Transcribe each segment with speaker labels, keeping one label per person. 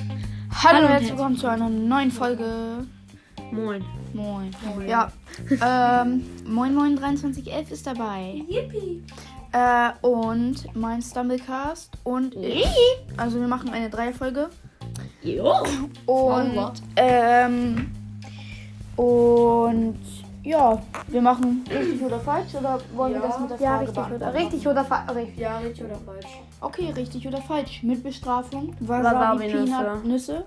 Speaker 1: Hallo,
Speaker 2: Hallo und
Speaker 1: und herzlich
Speaker 2: herzlich
Speaker 1: willkommen zu einer neuen Folge.
Speaker 2: Moin.
Speaker 1: Moin.
Speaker 2: Moin.
Speaker 1: Ja. ähm, moin Moin 2311 ist dabei.
Speaker 2: Yippie.
Speaker 1: Äh, und mein Stumblecast und ich. Also wir machen eine Dreierfolge.
Speaker 2: Jo.
Speaker 1: Und
Speaker 2: Gott.
Speaker 1: ähm, und ja, wir machen richtig oder falsch oder wollen wir
Speaker 2: Ja.
Speaker 1: das mit der Frage
Speaker 3: Ja, richtig oder,
Speaker 1: beantworten?
Speaker 3: richtig oder falsch. Richtig.
Speaker 2: Ja, richtig oder falsch?
Speaker 1: Okay, richtig oder falsch. Mit Bestrafung.
Speaker 2: Wasabi-Nüsse.
Speaker 1: Peanut-Nüsse.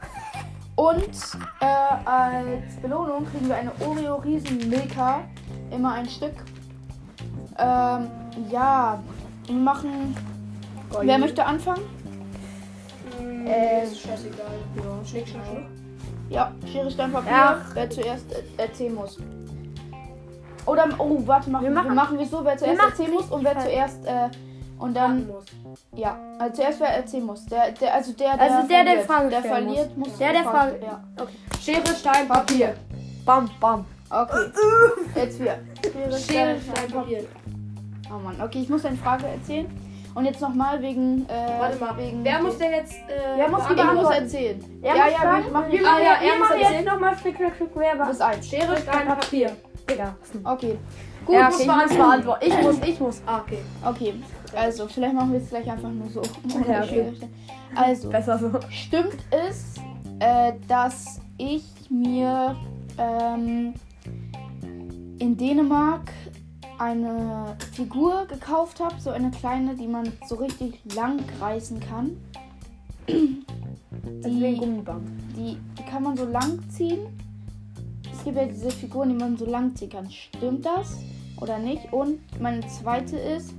Speaker 1: Und äh, als Belohnung kriegen wir eine Oreo Riesen Milka. Immer ein Stück. Ähm, ja, wir machen. Wer möchte anfangen?
Speaker 2: Äh, ist scheißegal. Ja. Schnick, schnack, schnuck.
Speaker 1: Ja, Schere, Stein, Papier.
Speaker 2: Ja.
Speaker 1: Wer zuerst äh, erzählen muss. Oder, oh, warte, machen wir,
Speaker 2: Wir machen-
Speaker 1: machen wir so, wer zuerst
Speaker 3: machen
Speaker 1: erzählen muss und wer zuerst, äh, und dann, ja, also zuerst wer erzählen muss. Der, der, also der, der,
Speaker 3: Also der, der
Speaker 1: verliert,
Speaker 3: Fragen
Speaker 1: der
Speaker 3: stellen muss.
Speaker 1: verliert, muss.
Speaker 3: Der, der
Speaker 1: Fragen-
Speaker 3: Fragen-
Speaker 1: ja.
Speaker 2: Schere, Stein, Papier. Bam, bam.
Speaker 1: Okay. Jetzt wir. Schere,
Speaker 2: Schere,
Speaker 1: Stein,
Speaker 2: Stein, Papier.
Speaker 1: Oh Mann, okay, ich muss eine Frage erzählen. Und jetzt nochmal wegen. Äh,
Speaker 2: Warte mal.
Speaker 1: Wegen
Speaker 2: Wer muss denn jetzt. Äh,
Speaker 1: Wer muss die
Speaker 2: beantworten?
Speaker 1: Antwort erzählen?
Speaker 3: Er
Speaker 1: ja,
Speaker 3: muss
Speaker 1: ja,
Speaker 3: fragen?
Speaker 1: wir machen
Speaker 3: Wir,
Speaker 2: Ah, ja,
Speaker 3: wir
Speaker 2: er muss
Speaker 3: machen
Speaker 2: erzählen.
Speaker 3: jetzt nochmal Schrick, Schrick, Schrick, wer war?
Speaker 1: bis eins.
Speaker 2: Schere, Stein, Papier.
Speaker 3: Digga.
Speaker 1: Okay,
Speaker 2: Gut,
Speaker 3: Ja,
Speaker 2: muss
Speaker 3: okay, ich
Speaker 2: man
Speaker 3: muss
Speaker 2: beantworten. Ich muss, ich muss. Ah, okay.
Speaker 1: okay. Also, vielleicht machen wir es gleich einfach nur so. ohne
Speaker 3: Ja, okay.
Speaker 1: Schere. Also,
Speaker 2: Besser so.
Speaker 1: stimmt es, äh, dass ich mir ähm, in Dänemark eine Figur gekauft habe, so eine kleine, die man so richtig lang reißen kann.
Speaker 3: Also wegen
Speaker 1: Die,
Speaker 3: Gummiband.
Speaker 1: die, die kann man so lang ziehen. Es gibt ja diese Figuren, die man so lang ziehen kann. Stimmt das oder nicht? Und meine zweite ist,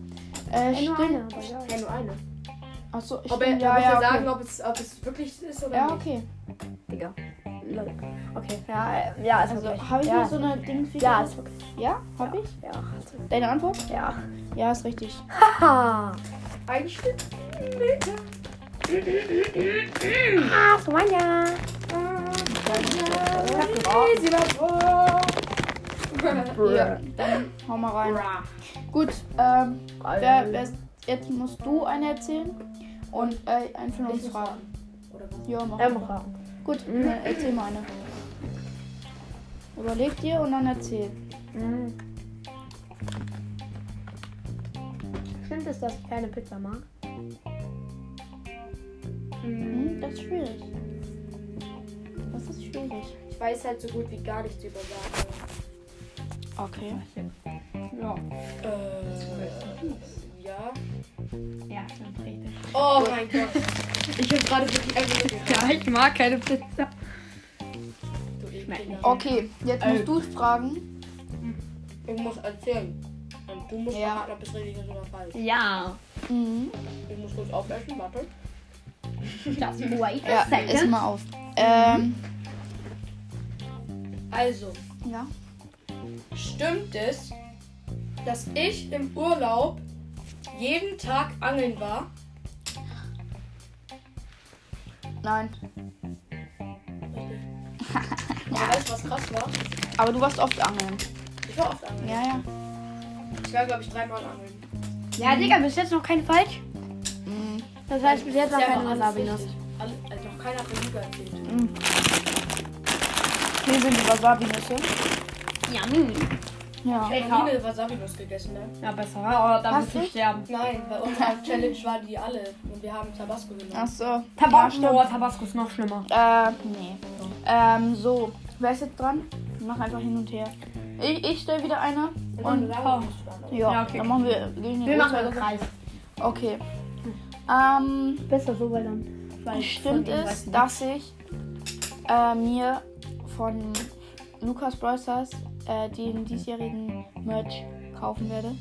Speaker 1: äh,
Speaker 3: Äh, nur eine,
Speaker 1: stimmt.
Speaker 3: aber ja.
Speaker 2: nur eine.
Speaker 1: Achso,
Speaker 2: Ob
Speaker 1: stimmt.
Speaker 2: er,
Speaker 1: ja,
Speaker 2: muss er
Speaker 1: ja, okay.
Speaker 2: sagen, ob es, ob es wirklich ist oder
Speaker 1: ja,
Speaker 2: nicht.
Speaker 1: okay.
Speaker 3: Digga. Lol. Okay. Ja, äh, ja, ist
Speaker 1: Also,
Speaker 3: okay.
Speaker 1: habe ich
Speaker 3: ja.
Speaker 1: mir so eine Dingsfigur?
Speaker 3: Ja, ist okay.
Speaker 1: Ja, hab ich.
Speaker 3: Ja, also,
Speaker 1: Deine Antwort?
Speaker 3: ja.
Speaker 1: Ja, ist richtig.
Speaker 3: Haha.
Speaker 2: Ein Stück.
Speaker 3: Ah, so mein ja.
Speaker 2: Easy, war
Speaker 1: Ja, dann hau mal rein. Gut, ähm, wer, wer, jetzt musst du eine erzählen und äh, einen von uns fragen. Ähm.
Speaker 2: Oder was?
Speaker 1: Ja, mach.
Speaker 3: Er muss fragen.
Speaker 1: Gut, dann erzähl mal eine. Überleg dir und dann erzähl.
Speaker 3: Mhm. Stimmt es, dass ich keine Pizza mag?
Speaker 1: Hm, das ist schwierig. Das ist schwierig.
Speaker 2: Ich weiß halt so gut wie gar nichts über Sachen.
Speaker 1: Okay.
Speaker 3: Ja.
Speaker 2: Äh, ja.
Speaker 3: Ja, stimmt. Richtig.
Speaker 2: Oh mein Gott. Ich hab gerade wirklich einfach nur gedacht.
Speaker 3: Ja, ich mag keine Pizza.
Speaker 2: Du Oh,
Speaker 3: Schmeckt
Speaker 2: Ekeliger.
Speaker 1: Okay, jetzt musst du fragen.
Speaker 2: Ich muss erzählen. Und du musst
Speaker 1: Ja.
Speaker 2: ja. ob es richtig ist oder falsch.
Speaker 3: Ja.
Speaker 1: Mhm.
Speaker 2: Ich muss kurz auflöschen, warte.
Speaker 3: Das wait
Speaker 1: Ja, iss mal auf. Ähm,
Speaker 2: Also,
Speaker 1: ja.
Speaker 2: stimmt es, dass ich im Urlaub jeden Tag angeln war?
Speaker 1: Nein.
Speaker 2: Weißt du, was krass war?
Speaker 1: Aber du warst oft angeln.
Speaker 2: Ich war oft angeln.
Speaker 1: Ja, ja.
Speaker 2: Ich war, glaube ich, dreimal angeln.
Speaker 3: Ja, Digga, bis jetzt noch kein Falsch.
Speaker 1: Mhm.
Speaker 3: Das heißt, bis jetzt noch
Speaker 2: Ja, aber
Speaker 3: keine
Speaker 2: alles
Speaker 3: Wasabi-Nuss.
Speaker 2: richtig. Alle- äh, Doch keiner hat mir Lüge erzählt.
Speaker 1: Hier sind die Wasabi-Nüsse.
Speaker 3: Yummy.
Speaker 1: Ja.
Speaker 2: Ich
Speaker 3: Lecker.
Speaker 2: habe nie eine Wasabi-Nuss gegessen, ne?
Speaker 3: Ja, besser. Oh, da
Speaker 1: Hast
Speaker 3: musst du
Speaker 1: du?
Speaker 3: sterben.
Speaker 2: Nein, bei unserer Challenge waren die alle und wir haben Tabasco
Speaker 1: Ach
Speaker 2: genommen.
Speaker 1: so.
Speaker 3: Tabasco.
Speaker 1: Ja,
Speaker 3: oh, Tabasco ist noch schlimmer.
Speaker 1: stimmt. äh, nee. Ähm, so. Wer ist jetzt dran? Mach einfach hin und her. Ich, ich stelle wieder eine. Und
Speaker 2: Ach,
Speaker 1: ja,
Speaker 3: Ja, okay.
Speaker 1: dann machen also wir gegen die
Speaker 3: Wir machen
Speaker 1: Uhrzeit.
Speaker 3: einen Kreis.
Speaker 1: Okay. Ähm,
Speaker 3: Besser so, weil dann. Weil
Speaker 1: stimmt es, dass ich äh, mir von Lukas Brothers äh, den diesjährigen Merch kaufen werde?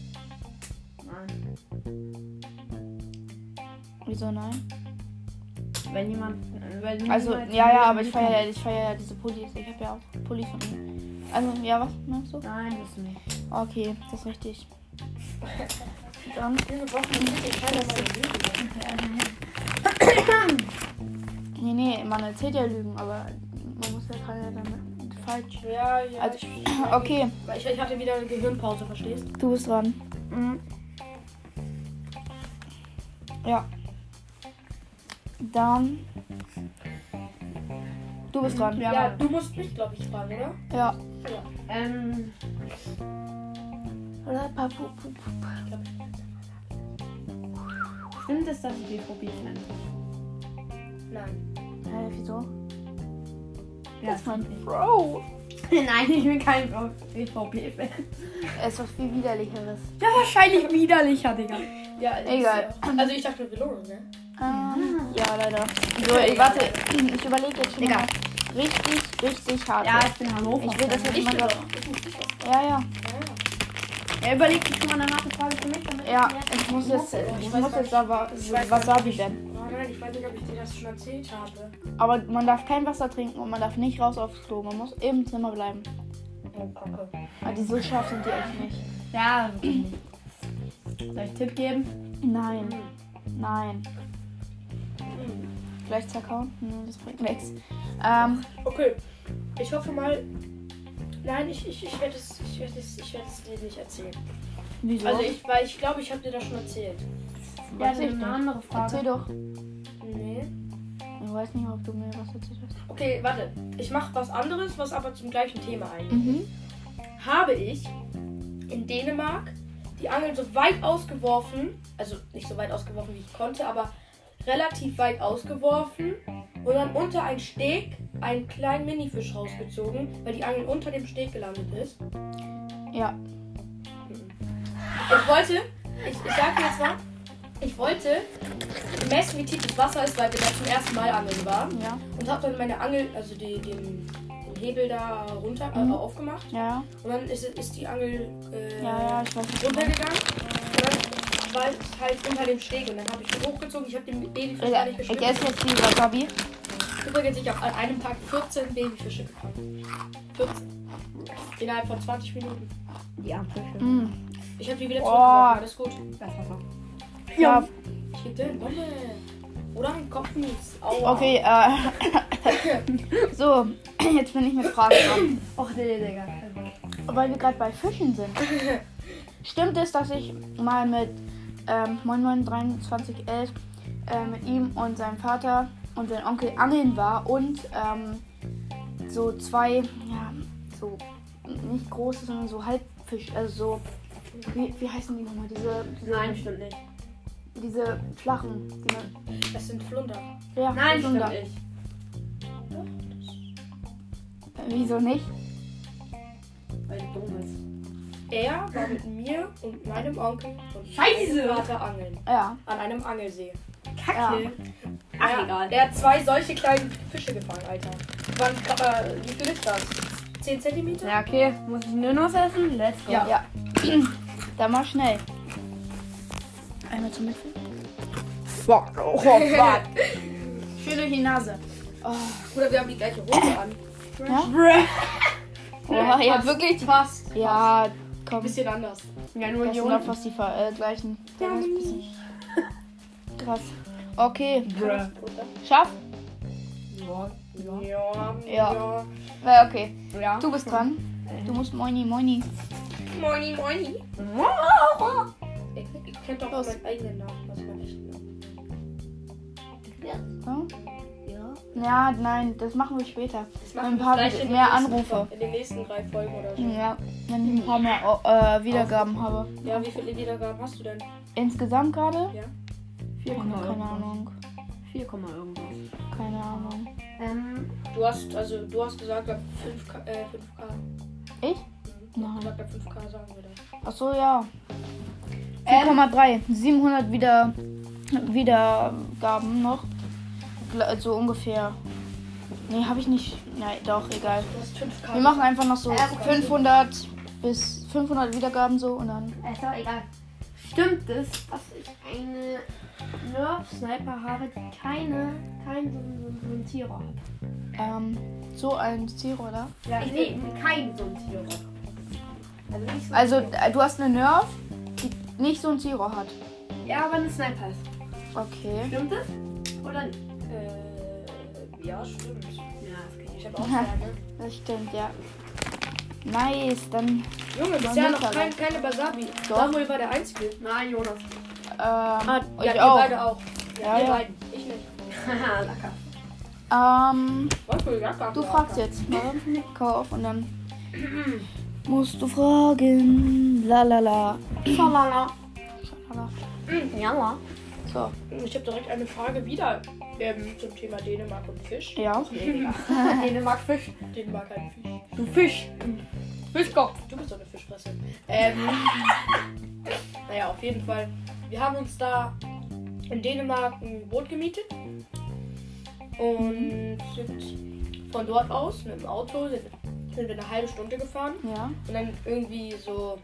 Speaker 1: Wieso nein?
Speaker 3: Wenn jemand. Wenn
Speaker 1: Also,
Speaker 3: jemand-
Speaker 1: ja, ja, aber ich feiere ja, ich feier ja diese Pullis. Ich habe ja auch Pullis von ihm. Also, ja, was meinst du?
Speaker 3: Nein, das nicht.
Speaker 1: Okay, das ist richtig. Dann,
Speaker 2: Wir brauchen wirklich keiner meine Lüge.
Speaker 1: nee, nee, man erzählt ja Lügen, aber man muss ja keine damit falsch.
Speaker 2: Ja, ja.
Speaker 1: Also,
Speaker 2: ich,
Speaker 1: okay,
Speaker 2: weil ich, ich hatte wieder eine Gehirnpause, verstehst
Speaker 1: du bist dran.
Speaker 3: Mhm.
Speaker 1: Ja. Dann, bist dran.
Speaker 2: Ja,
Speaker 1: Ja.
Speaker 2: du musst mich, glaube ich, fragen, oder?
Speaker 1: ja.
Speaker 3: Ähm. Stimmt es, dass ich die Phobie nenne?
Speaker 2: Nein.
Speaker 1: Hä, wieso?
Speaker 3: Ja,
Speaker 1: Das ist mein
Speaker 3: stimmt
Speaker 1: Bro.
Speaker 3: nicht. Nein, ich bin kein BVB-Fan.
Speaker 1: Er ist was viel widerlicheres.
Speaker 3: Ja, wahrscheinlich widerlicher, Digga.
Speaker 2: Ja, das
Speaker 1: Egal.
Speaker 2: ist Ja. Also ich dachte Belohnung, ne?
Speaker 1: Ähm, ja, leider. So, ich, warte, ich überlege jetzt schon
Speaker 3: Egal.
Speaker 1: mal. Richtig, richtig hart.
Speaker 3: Ja, ich bin Hannover.
Speaker 1: ich will das jetzt
Speaker 2: Ich
Speaker 1: mal
Speaker 2: bin
Speaker 1: gerade.
Speaker 2: doch.
Speaker 1: Ja, ja.
Speaker 3: Er überlegt sich schon mal eine harte Frage für mich, damit
Speaker 1: Ja, ich muss jetzt, ich muss jetzt aber
Speaker 2: Ich weiß
Speaker 1: Wasabi werden.
Speaker 2: Oh nein, ich weiß nicht, ob ich dir das schon erzählt habe.
Speaker 1: Aber man darf kein Wasser trinken und man darf nicht raus aufs Klo. Man muss im Zimmer bleiben.
Speaker 2: Oh, Kacke.
Speaker 1: Aber die so scharf sind die echt nicht.
Speaker 3: Ja. Soll ich einen Tipp geben?
Speaker 1: Nein, nein.
Speaker 2: Hm.
Speaker 1: Vielleicht zerkauen? Hm, das bringt nichts. Ähm,
Speaker 2: Okay. Ich hoffe mal. Nein, ich, ich, ich werde es, ich werde es, ich werde es dir nicht erzählen.
Speaker 1: wieso?
Speaker 2: Also ich, weil ich glaube, ich habe dir das schon erzählt.
Speaker 1: weiß ich
Speaker 3: eine
Speaker 1: nicht.
Speaker 3: andere Frage.
Speaker 1: Erzähl doch.
Speaker 2: Nee.
Speaker 1: Ich weiß nicht, ob du mir was erzählt hast.
Speaker 2: Okay, warte. Ich mache was anderes, was aber zum gleichen Thema eigentlich.
Speaker 1: Mhm.
Speaker 2: Habe ich in Dänemark die Angel so weit ausgeworfen, also nicht so weit ausgeworfen, wie ich konnte, aber relativ weit ausgeworfen und dann unter einen Steg einen kleinen Minifisch rausgezogen, weil die Angel unter dem Steg gelandet ist.
Speaker 1: Ja.
Speaker 2: Ich wollte, ich, ich sag dir jetzt mal, ich wollte messen, wie tief das Wasser ist, weil wir da zum ersten Mal angeln waren.
Speaker 1: Ja.
Speaker 2: und habe dann meine Angel, also die, den, den Hebel da runter
Speaker 1: Mhm.
Speaker 2: äh, aufgemacht
Speaker 1: Ja.
Speaker 2: und dann ist, ist die Angel äh,
Speaker 1: Ja, ja, ich weiß nicht. genau.
Speaker 2: runtergegangen und dann war ich halt unter dem Steg und dann habe ich ihn hochgezogen. Ich habe den Babyfisch gar
Speaker 1: Egal,
Speaker 2: nicht
Speaker 1: Ich
Speaker 2: geschnitten.
Speaker 1: esse jetzt die Wasabi.
Speaker 2: Übrigens, ich habe an einem Tag 14 Babyfische gefangen. 14. Innerhalb von 20 Minuten.
Speaker 3: Die Armfische.
Speaker 1: Mm.
Speaker 2: Ich habe die wieder
Speaker 1: Boah.
Speaker 2: zurückgeworfen, alles gut.
Speaker 3: Das war's auch.
Speaker 1: Ja.
Speaker 2: Ich gebe dir eine Bombe. Oder einen Kopfnuss. Aua.
Speaker 1: Okay, äh. so, jetzt bin ich mit Fragen dran.
Speaker 3: Och nee, Digga.
Speaker 1: Weil wir gerade bei Fischen sind. Stimmt es, dass ich mal mit ähm, 992311 äh, mit ihm und seinem Vater und seinem Onkel angeln war und ähm, so zwei, ja, so nicht große, sondern so Halbfisch, also so, wie, wie heißen die nochmal? Diese,
Speaker 3: Nein, stimmt nicht.
Speaker 1: diese flachen. Die man,
Speaker 2: Das sind Flunder.
Speaker 1: ja,
Speaker 3: Nein,
Speaker 1: so
Speaker 3: stimmt
Speaker 1: da.
Speaker 3: nicht.
Speaker 1: Wieso nicht?
Speaker 3: Weil du dumm bist.
Speaker 2: Er war mit mir und meinem Onkel und
Speaker 3: Scheiße.
Speaker 2: meinem Vater angeln.
Speaker 1: Ja.
Speaker 2: An einem Angelsee.
Speaker 3: Kacke.
Speaker 1: Ja.
Speaker 3: Ach,
Speaker 2: er,
Speaker 3: egal.
Speaker 2: Er hat zwei solche kleinen Fische gefangen, Alter. Die waren, äh, wie viel ist das? 10 Zentimeter?
Speaker 3: Ja, okay. Muss ich nur noch essen? Let's go.
Speaker 2: Ja.
Speaker 1: Ja. Dann mal schnell. Einmal zum Mittel. Fuck. Oh, fuck. Schön durch die Nase.
Speaker 2: Oder wir haben die gleiche Runde an.
Speaker 1: Ja?
Speaker 3: Bruh.
Speaker 1: Oha, ja, wirklich.
Speaker 2: Fast.
Speaker 1: Ja, komm.
Speaker 2: Ein bisschen anders.
Speaker 3: Ja, nur
Speaker 1: Das
Speaker 3: die
Speaker 1: sind doch
Speaker 3: Hunde.
Speaker 1: fast die ver- äh, gleichen. Das ist ein bisschen- Krass. Okay.
Speaker 3: Bruh.
Speaker 1: Schaff?
Speaker 3: Ja. Ja.
Speaker 2: Ja,
Speaker 1: Ja.
Speaker 2: ja.
Speaker 1: Ja, Äh, okay.
Speaker 3: Ja.
Speaker 1: Du bist dran. Du musst Moini Moini.
Speaker 2: Moini, moini. Ich, ich kenn doch
Speaker 1: Los.
Speaker 2: meinen eigenen Namen. Was mein echter Name?
Speaker 1: So?
Speaker 3: Ja.
Speaker 1: Ja, nein, das machen wir später.
Speaker 2: Das
Speaker 1: Ein
Speaker 2: wir
Speaker 1: paar
Speaker 2: vielleicht in den
Speaker 1: mehr
Speaker 2: nächsten-
Speaker 1: Anrufe. Hm.
Speaker 2: In den nächsten drei Folgen oder so.
Speaker 1: Ja, wenn ich ein paar mehr äh, Wiedergaben habe.
Speaker 2: Ja, wie viele Wiedergaben hast du denn?
Speaker 1: Insgesamt gerade?
Speaker 2: Ja.
Speaker 3: 4,
Speaker 1: Keine Ahnung.
Speaker 3: 4, irgendwas.
Speaker 1: Keine Ahnung.
Speaker 3: Ähm.
Speaker 2: Du hast, also, du hast gesagt, ab 5K. Äh, 5K.
Speaker 1: Ich?
Speaker 2: Mhm. Du
Speaker 1: Nein.
Speaker 2: hast gesagt, ab 5K sagen wir das.
Speaker 1: Achso, ja.
Speaker 2: Ähm.
Speaker 1: 4,3. 700 wieder, Wiedergaben noch. Gla- Also ungefähr. Nee, habe ich nicht. Nein, doch, egal.
Speaker 2: Du hast 5K.
Speaker 1: Wir machen einfach noch so
Speaker 3: Ja, okay.
Speaker 1: 500 bis 500 Wiedergaben so und dann.
Speaker 3: Ist doch egal. Stimmt es, dass ich eine Nerf-Sniper habe, die keine, kein so, so, so ein Tierer hat?
Speaker 1: Ähm, so ein Ziel, oder?
Speaker 3: Ja, ich nee, kein so ein Tierer. Also nicht so ein
Speaker 1: Also,
Speaker 3: Tierer.
Speaker 1: äh, du hast eine Nerf, die nicht so ein Zero hat.
Speaker 3: Ja, aber eine Sniper ist.
Speaker 1: Okay.
Speaker 3: Stimmt es? Oder nicht?
Speaker 2: Äh, ja, stimmt.
Speaker 3: Ja, das geht
Speaker 2: Ich
Speaker 3: nicht.
Speaker 2: hab auch Sterne.
Speaker 1: Das stimmt, ja. Nice, dann. ähm,
Speaker 2: Junge, das ist ja noch
Speaker 1: ne?
Speaker 2: kein, keine Basabi. Samuel war der Einzige.
Speaker 3: Nein, Jonas.
Speaker 1: Ähm,
Speaker 2: Ah, ja,
Speaker 1: ich
Speaker 2: ihr
Speaker 1: auch.
Speaker 2: beide auch.
Speaker 1: Ja,
Speaker 2: ihr
Speaker 1: ja.
Speaker 2: beiden. Ich nicht.
Speaker 3: Haha, lecker.
Speaker 1: Ähm,
Speaker 2: Was für Jacke?
Speaker 1: du fragst jetzt mal. Kauf und dann musst du fragen. La la la.
Speaker 3: Schalala.
Speaker 1: Schalala.
Speaker 3: Jala.
Speaker 1: So,
Speaker 2: Ich habe direkt eine Frage wieder ähm, zum Thema Dänemark und Fisch.
Speaker 1: ja.
Speaker 3: Dänemark Fisch.
Speaker 2: Dänemark hat Fisch.
Speaker 3: Du Fisch. Fischkopf.
Speaker 2: Du bist doch eine Fischfresse. Ähm, naja, auf jeden Fall. Wir haben uns da in Dänemark ein Boot gemietet. Und sind von dort aus mit dem Auto sind, sind wir eine halbe Stunde gefahren.
Speaker 1: Ja.
Speaker 2: Und dann irgendwie so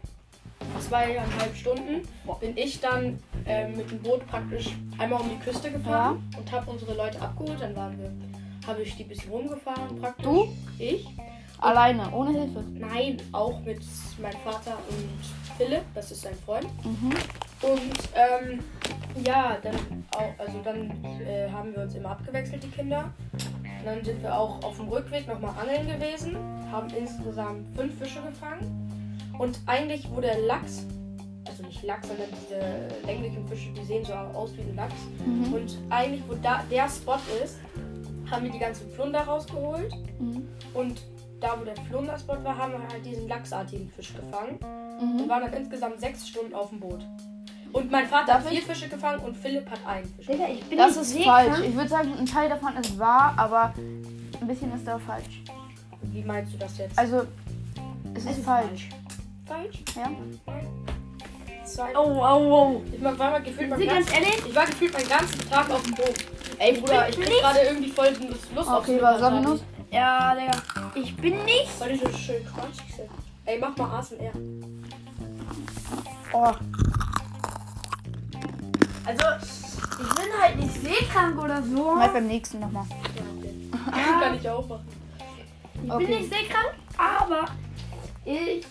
Speaker 2: zweieinhalb Stunden bin ich dann ähm, mit dem Boot praktisch einmal um die Küste gefahren und habe unsere Leute abgeholt. Dann waren wir, habe ich die bisschen rumgefahren praktisch.
Speaker 1: Du?
Speaker 2: Ich?
Speaker 1: Alleine, ohne Hilfe.
Speaker 2: Nein, auch mit meinem Vater und Philipp, das ist sein Freund.
Speaker 1: Mhm.
Speaker 2: Und ähm, ja, dann, auch, also dann äh, haben wir uns immer abgewechselt, die Kinder. Und dann sind wir auch auf dem Rückweg nochmal angeln gewesen, haben insgesamt fünf Fische gefangen. Und eigentlich wurde Lachs, also nicht Lachs, sondern diese länglichen Fische, die sehen so aus wie ein Lachs.
Speaker 1: Mhm.
Speaker 2: Und eigentlich, wo da der Spot ist, haben wir die ganzen Plunder rausgeholt.
Speaker 1: Mhm.
Speaker 2: Und da, wo der Flunderspot war, haben wir halt diesen lachsartigen Fisch gefangen. Wir
Speaker 1: Mhm.
Speaker 2: waren dann insgesamt sechs Stunden auf dem Boot. Und mein Vater
Speaker 1: Darf
Speaker 2: hat vier Fische gefangen und Philipp hat einen Fisch.
Speaker 3: Digga, ich bin
Speaker 1: Das
Speaker 3: nicht
Speaker 1: ist
Speaker 3: sicher.
Speaker 1: falsch. Ich würde sagen, ein Teil davon ist wahr, aber ein bisschen ist da falsch.
Speaker 2: Wie meinst du das jetzt?
Speaker 1: Also, es ist, falsch.
Speaker 2: falsch?
Speaker 1: Ja.
Speaker 2: Zwei.
Speaker 3: Au, au, au.
Speaker 2: Ich war mal gefühlt mein
Speaker 3: Sie ganz
Speaker 2: ganz
Speaker 3: ehrlich?
Speaker 2: ich war gefühlt meinen ganzen Tag auf dem Boot. Ey Bruder, ich krieg gerade irgendwie voll Lust auf
Speaker 1: Okay, was haben wir los?
Speaker 3: Ja, Digga. Ich bin nicht.
Speaker 2: Weil die so schön quatschig sind. Ey, mach mal ASMR.
Speaker 1: Oh,
Speaker 3: Also, ich bin halt nicht seekrank oder so.
Speaker 1: mal beim nächsten nochmal.
Speaker 2: Ja, okay. Kann ich auch machen.
Speaker 3: Ich
Speaker 1: Okay.
Speaker 3: bin nicht seekrank, aber ich.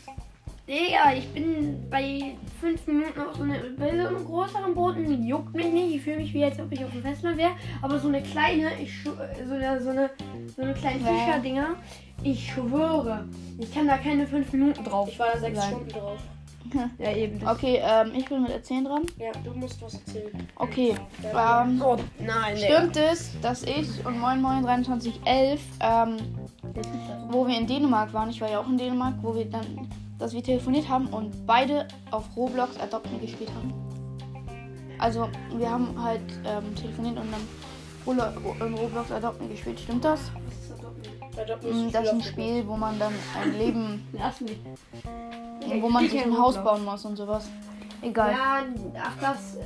Speaker 3: Digga, ich bin bei fünf Minuten auf so eine, bei so einem größeren Boot und juckt mich nicht. Ich fühle mich wie, als ob ich auf dem Festland wäre. Aber so eine kleine, ich schw- äh, so eine, so eine, so eine kleine
Speaker 1: Ja.
Speaker 3: Fischerdinger. Ich schwöre, ich kann da keine fünf Minuten drauf.
Speaker 2: Ich war da sechs
Speaker 3: sein.
Speaker 2: Stunden drauf.
Speaker 3: Ja, eben.
Speaker 1: Okay, ähm, ich bin mit Erzählen dran.
Speaker 2: Ja, du musst was erzählen.
Speaker 1: Okay,
Speaker 2: Ja.
Speaker 1: ähm,
Speaker 3: Oh, nein,
Speaker 1: stimmt es, dass ich um und Moin Moin 2311, ähm, wo wir in Dänemark waren, ich war ja auch in Dänemark, wo wir dann, dass wir telefoniert haben und beide auf Roblox Adopt Me gespielt haben. Also, wir haben halt ähm, telefoniert und dann Rolo- in Roblox Adopt Me gespielt, stimmt das?
Speaker 2: Bei Job musst
Speaker 1: Mm,
Speaker 2: du
Speaker 1: Das ist ein
Speaker 2: Schüler-
Speaker 1: Spiel, wo man dann ein Leben,
Speaker 3: Lass mich.
Speaker 1: wo man sich ein Haus
Speaker 3: Roblox.
Speaker 1: bauen muss und sowas. Egal.
Speaker 3: Ja, ach das. Ähm,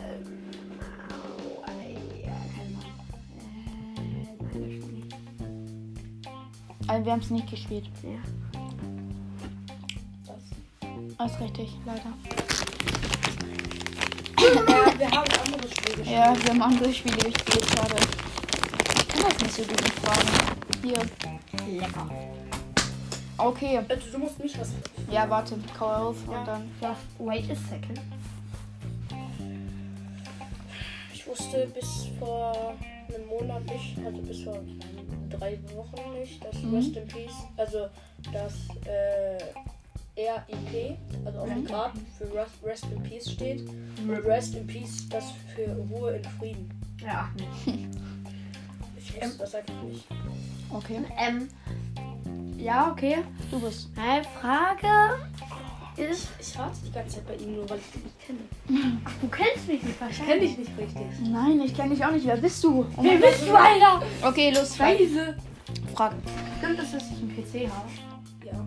Speaker 3: au, ei, ja, keine Ahnung. Äh, nein, das stimmt nicht.
Speaker 1: Also, wir haben es nicht gespielt.
Speaker 3: Ja.
Speaker 2: Das.
Speaker 1: Das Ah, ist richtig, leider.
Speaker 2: Ja, wir haben ein anderes Spiel gespielt.
Speaker 1: Ja, wir haben andere Spiele gespielt gerade.
Speaker 3: Äh,
Speaker 1: Ich kann das nicht so gut fragen. Hier.
Speaker 3: Lecker.
Speaker 1: Okay.
Speaker 2: Also, du musst mich was.
Speaker 1: Ja, warte. Kau auf
Speaker 3: Ja.
Speaker 1: und dann.
Speaker 3: Just wait a second.
Speaker 2: Ich wusste bis vor einem Monat nicht, also bis vor drei Wochen nicht, dass
Speaker 1: Mhm.
Speaker 2: Rest in Peace, also das äh, RIP, also auf dem Grab für Rest, Rest in Peace steht. Und Rest in Peace, das für Ruhe in Frieden.
Speaker 3: Ja.
Speaker 2: Ich wusste das einfach nicht.
Speaker 1: Okay.
Speaker 3: Ähm. Ja, okay.
Speaker 1: Du bist.
Speaker 3: Meine Frage ist.
Speaker 2: Ich rate die ganze Zeit bei ihm nur, weil ich dich nicht kenne.
Speaker 3: Du kennst mich nicht wahrscheinlich.
Speaker 2: Kenne dich nicht richtig.
Speaker 1: Nein, ich kenne dich auch nicht. Wer bist du? Oh
Speaker 3: Wer
Speaker 1: mein-
Speaker 3: bist du, Alter?
Speaker 1: Okay, los. Frag.
Speaker 3: Scheiße.
Speaker 1: Frag.
Speaker 3: Stimmt es, dass ich einen PC habe?
Speaker 2: Ja.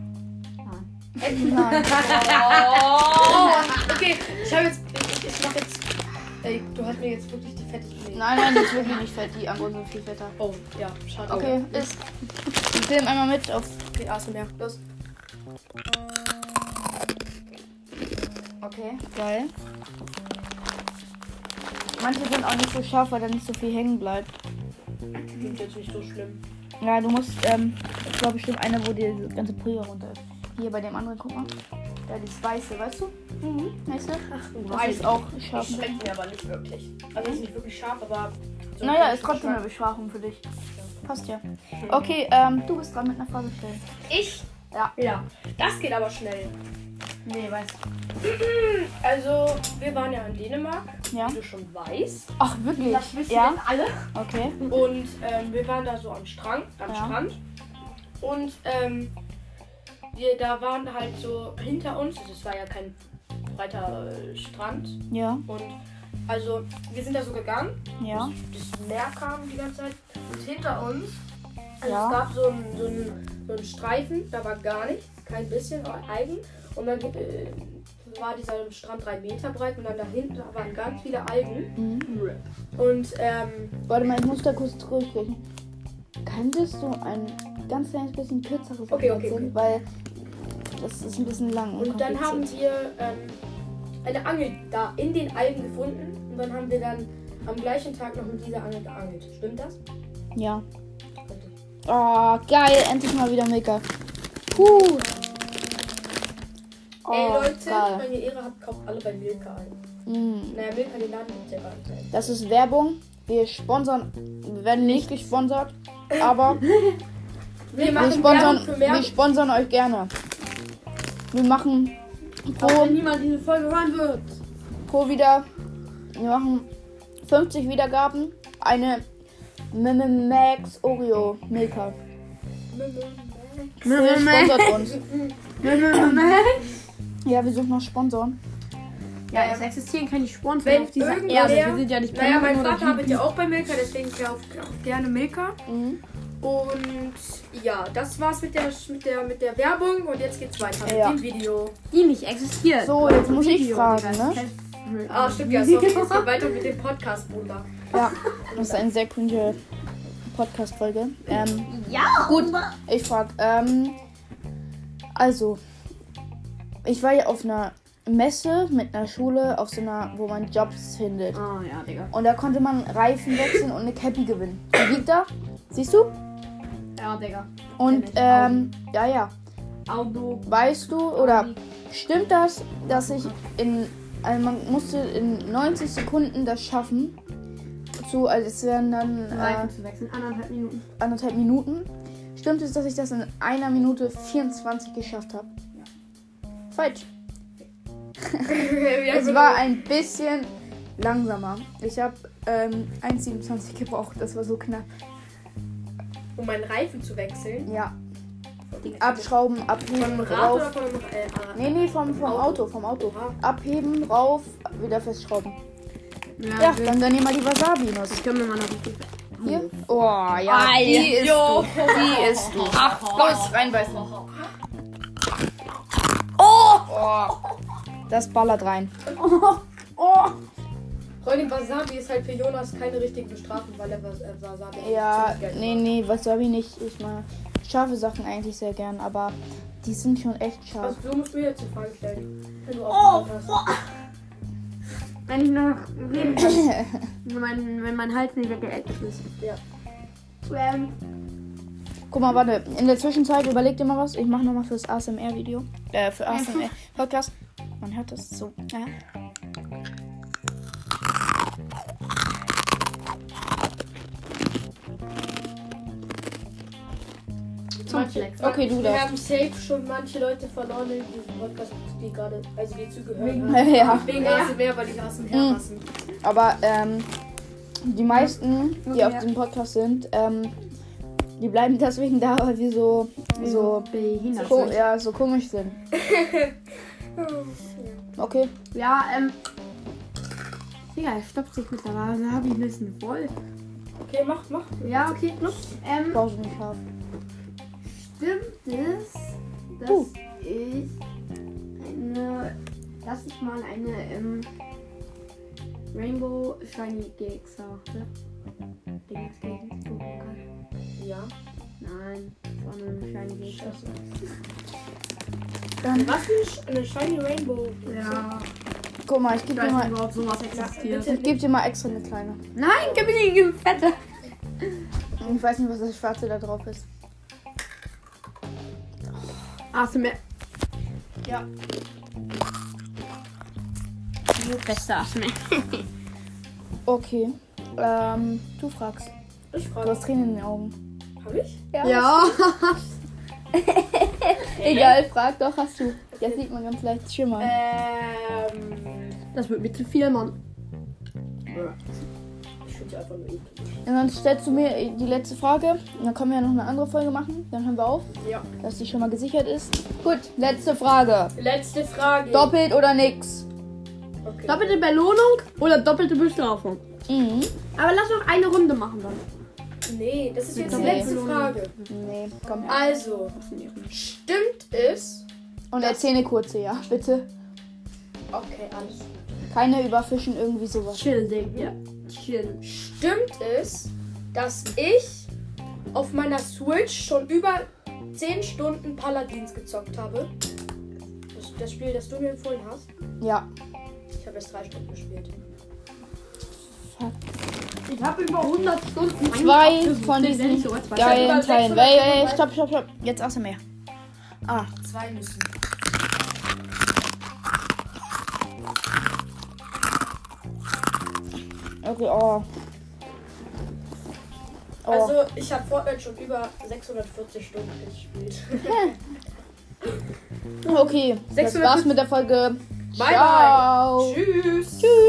Speaker 3: Nein.
Speaker 1: Nein.
Speaker 2: Oh, okay, ich habe jetzt. Ich, ich mach jetzt. Ey, du hast mir jetzt wirklich die fette Idee.
Speaker 1: Nein, nein, das ist wirklich nicht fett. Die anderen sind viel fetter.
Speaker 2: Oh, ja, schade.
Speaker 1: Okay, ist. Film einmal mit auf.
Speaker 2: Okay, ASMR. Los.
Speaker 1: Okay. Geil. Manche sind auch nicht so scharf, weil da nicht so viel hängen bleibt.
Speaker 2: Klingt jetzt nicht so schlimm.
Speaker 1: Ja, du musst, ähm, das war bestimmt einer, wo dir das ganze Pulver runter ist. Hier bei dem anderen, guck mal. Da die Weiße, weißt du?
Speaker 2: Mhm.
Speaker 1: Weißt du?
Speaker 2: Ach, du
Speaker 1: Das ist
Speaker 2: weißt.
Speaker 1: auch
Speaker 2: Das
Speaker 1: scharf.
Speaker 2: schmeckt mir aber nicht wirklich. Also, ist nicht wirklich scharf, aber. so ein
Speaker 1: Naja,
Speaker 2: bisschen
Speaker 1: ist trotzdem eine
Speaker 2: Geschmack.
Speaker 1: Bestrafung für dich. Passt ja. Okay, ähm, du bist dran mit einer Frage stellen.
Speaker 2: Mhm. Ich?
Speaker 1: Ja.
Speaker 2: Ja. Das geht aber schnell.
Speaker 3: Nee, weiß.
Speaker 2: Also, wir waren ja in Dänemark,
Speaker 1: Ja.
Speaker 2: wie du schon weißt.
Speaker 1: Ach, wirklich?
Speaker 3: Das wissen
Speaker 1: ja,
Speaker 3: jetzt alle.
Speaker 1: okay.
Speaker 2: Und ähm, wir waren da so am Strand. Am
Speaker 1: Ja.
Speaker 2: Strand. Und ähm, wir, da waren halt so hinter uns, also es war ja kein breiter äh, Strand.
Speaker 1: Ja,
Speaker 2: Und also, wir sind da so gegangen.
Speaker 1: ja.
Speaker 2: das Meer kam die ganze Zeit und hinter uns. Also
Speaker 1: Ja.
Speaker 2: es gab so einen, so, einen, so einen Streifen, da war gar nichts, kein bisschen war Algen. Und dann äh, war dieser Strand drei Meter breit und dann dahinter waren ganz viele Algen.
Speaker 1: Mhm.
Speaker 2: Und ähm,
Speaker 1: Warte mal, ich muss da kurz durchgehen. Könntest du ein ganz kleines bisschen kürzeres
Speaker 2: Okay,
Speaker 1: Wort
Speaker 2: okay,
Speaker 1: singen? Weil das ist ein bisschen lang und,
Speaker 2: und dann haben
Speaker 1: Oh, kompliziert.
Speaker 2: wir ähm, eine Angel da in den Algen gefunden. Und dann haben wir dann am gleichen Tag noch mit dieser Angel geangelt. Stimmt das?
Speaker 1: Ja. Oh, geil, endlich mal wieder Mika. Puh. Oh,
Speaker 2: Ey Leute,
Speaker 1: geil.
Speaker 2: wenn ihr Ehre habt, kauft alle bei Milka ein.
Speaker 1: Mm.
Speaker 2: Naja, Milka, den Laden gibt's ja gar nicht mehr.
Speaker 1: Das ist Werbung. Wir sponsern, wir werden nicht gesponsert, aber
Speaker 2: Wir
Speaker 1: wir
Speaker 2: machen Werbung
Speaker 1: sponsern,
Speaker 2: für
Speaker 1: wir
Speaker 2: mehr
Speaker 1: sponsern euch gerne. Wir machen
Speaker 3: Auch
Speaker 1: pro,
Speaker 3: wenn niemand diese Folge hören wird.
Speaker 1: pro wieder, wir machen 50 Wiedergaben, eine M- Max Oreo Milka. Ihr sponsert uns. Ja, wir suchen noch Sponsoren.
Speaker 3: Ja, es existieren keine Sponsoren
Speaker 2: Wenn
Speaker 3: auf dieser
Speaker 2: irgendwer-
Speaker 3: Erde. Wir sind ja nicht
Speaker 2: Naja, mein
Speaker 3: Pimpen
Speaker 1: Genau,
Speaker 3: oder
Speaker 2: Vater arbeitet
Speaker 3: Pimpen.
Speaker 2: ja auch bei Milka, deswegen kauft auch gerne Milka.
Speaker 1: Mhm.
Speaker 2: Und ja, das war's mit der, mit der, mit der Werbung und jetzt geht's weiter
Speaker 1: Ja.
Speaker 2: mit dem Video.
Speaker 3: Die nicht existiert.
Speaker 1: So, jetzt muss ich
Speaker 3: Video,
Speaker 1: fragen,
Speaker 3: Digga.
Speaker 1: ne?
Speaker 2: Ah, stimmt ja, sorry, es geht weiter mit dem Podcast, Bruder.
Speaker 1: Ja, das ist eine sehr cringe Podcast-Folge. Ähm,
Speaker 3: Ja,
Speaker 1: Gut, ich frag, ähm, also, ich war ja auf einer Messe mit einer Schule, auf so einer, wo man Jobs findet.
Speaker 3: Oh ja, Digga.
Speaker 1: Und da konnte man Reifen wechseln und eine Cappy gewinnen. Die liegt da, siehst du?
Speaker 3: Ja, Digga.
Speaker 1: Und, ähm, ja, ja.
Speaker 3: Auto.
Speaker 1: Weißt du, oder stimmt das, dass ich in, also man musste in 90 Sekunden das schaffen? Zu, also es wären dann, äh,
Speaker 3: Reifen zu wechseln. Anderthalb Minuten.
Speaker 1: anderthalb Minuten. Stimmt es, dass ich das in einer Minute 24 geschafft habe? Falsch.
Speaker 2: Ja,
Speaker 1: Es
Speaker 2: genau.
Speaker 1: war ein bisschen langsamer. Ich habe ähm, 1,27 gebraucht. Das war so knapp.
Speaker 2: um meinen Reifen zu wechseln.
Speaker 1: Ja. Abschrauben, abheben,
Speaker 2: Vom Rad oder
Speaker 1: rauf.
Speaker 2: von einem äh, ah,
Speaker 1: Nee, nee, vom, vom Auto, vom Auto. Abheben, rauf, wieder festschrauben. Ja,
Speaker 3: wir-
Speaker 1: dann, dann nehmen wir die Wasabi-Nuss.
Speaker 3: Das können wir mal noch richtig.
Speaker 1: Hier. Oh, ja.
Speaker 3: Ei.
Speaker 1: Die ist
Speaker 2: Jo.
Speaker 1: du. Die ist du. Ach, los, reinbeißen. Oh. Das ballert rein.
Speaker 3: Oh!
Speaker 2: Freundin Wasabi ist halt für Jonas keine richtige Bestrafung, weil er Was- äh, Wasabi
Speaker 1: Ja,
Speaker 2: ziemlich geil
Speaker 1: nee,
Speaker 2: macht.
Speaker 1: nee, Wasabi nicht. Ich mag scharfe Sachen eigentlich sehr gern, aber die sind schon echt scharf.
Speaker 2: Also, du musst mir jetzt die Frage stellen. Wenn du oh, hast.
Speaker 3: Wenn ich noch reden kann, wenn mein, wenn mein Hals nicht weggeeckt ist.
Speaker 2: Ja.
Speaker 3: Ähm,
Speaker 1: Guck mal, warte. In der Zwischenzeit überleg dir mal was. Ich mache nochmal fürs ASMR-Video. Äh, für ASMR-Podcast. Man hört das so. Ja.
Speaker 3: zum Flex.
Speaker 1: Okay, du
Speaker 2: Wir
Speaker 1: darfst.
Speaker 2: haben safe schon manche Leute verloren in diesem Podcast, die gerade, also die zugehört haben.
Speaker 1: Ja,
Speaker 2: Wegen ASMR, weil ich ASMR
Speaker 1: Mhm.
Speaker 2: hassen.
Speaker 1: aber ähm, die meisten, die
Speaker 3: Okay,
Speaker 1: auf
Speaker 3: ja.
Speaker 1: diesem Podcast sind, ähm, die bleiben deswegen da, weil wir so, so,
Speaker 3: behindert.
Speaker 1: ko ja, so komisch sind. Okay.
Speaker 3: Ja, ähm. Digga, er stopft sich mit der Wasabi ein bisschen voll.
Speaker 2: Okay, mach, mach.
Speaker 3: Ja, okay, klug. Ähm,
Speaker 1: Pause nicht haben.
Speaker 3: stimmt es, dass
Speaker 1: Uh.
Speaker 3: ich eine. dass ich mal eine ähm, Rainbow Shiny GX hatte? GX, GX, Pokémon.
Speaker 2: Ja.
Speaker 3: Nein, das war nur eine Shiny GX.
Speaker 2: Was für eine Sh- eine Shiny Rainbow?
Speaker 3: Ja,
Speaker 1: Guck mal, ich
Speaker 3: ich
Speaker 1: gebe dir
Speaker 3: weiß nicht,
Speaker 1: mal,
Speaker 3: überhaupt sowas
Speaker 2: Na,
Speaker 3: existiert.
Speaker 2: bitte
Speaker 1: ich geb dir mal extra eine kleine.
Speaker 3: Nein, gib mir die Fette.
Speaker 1: Ich weiß nicht, was das Schwarze da drauf ist.
Speaker 3: ASMR.
Speaker 1: Ja.
Speaker 3: Beste ASMR.
Speaker 1: Okay. Ähm, du fragst.
Speaker 2: Ich
Speaker 1: Du
Speaker 2: frage.
Speaker 1: hast Tränen in den Augen.
Speaker 2: Hab ich?
Speaker 3: Ja.
Speaker 1: Egal, frag doch, hast du. Jetzt sieht man ganz leicht schimmern.
Speaker 3: Äh.
Speaker 2: Ähm.
Speaker 3: Das wird mir zu viel, Mann.
Speaker 2: Ich finde einfach nur eklig.
Speaker 1: Und dann stellst du mir die letzte Frage. Und dann können wir ja noch eine andere Folge machen. Dann hören wir auf,
Speaker 2: Ja.
Speaker 1: dass die schon mal gesichert ist. Gut, letzte Frage.
Speaker 2: Letzte Frage.
Speaker 1: Doppelt oder nix?
Speaker 2: Okay.
Speaker 3: Doppelte Belohnung oder doppelte Bestrafung?
Speaker 1: Mhm.
Speaker 3: Aber lass noch eine Runde machen dann.
Speaker 2: Nee, das ist jetzt die
Speaker 1: Doppel-
Speaker 2: letzte Frage.
Speaker 1: Nee, komm.
Speaker 2: Also, stimmt es?
Speaker 1: Und erzähl eine kurze, ja, bitte.
Speaker 2: Okay, alles.
Speaker 1: Keine überfischen, irgendwie sowas.
Speaker 3: Chill, Ding, ja. Chill.
Speaker 2: Stimmt es, dass ich auf meiner Switch schon über 10 Stunden Paladins gezockt habe? Das, das Spiel, das du mir empfohlen hast.
Speaker 1: Ja.
Speaker 2: Ich habe erst 3 Stunden gespielt.
Speaker 3: Ich habe über 100 Stunden.
Speaker 1: Zwei von diesen geilen
Speaker 2: Über
Speaker 1: Teilen.
Speaker 2: 600
Speaker 1: Ey, ey,
Speaker 2: Kilobyte.
Speaker 1: stopp, stopp, stopp. Jetzt außer mehr. Ah,
Speaker 2: Zwei müssen.
Speaker 1: okay, oh. Oh.
Speaker 2: Also, ich habe Fortnite schon über 640 Stunden gespielt.
Speaker 1: okay, das war's mit der Folge.
Speaker 2: Bye, bye.
Speaker 1: Ciao.
Speaker 2: Tschüss.
Speaker 1: Tschüss.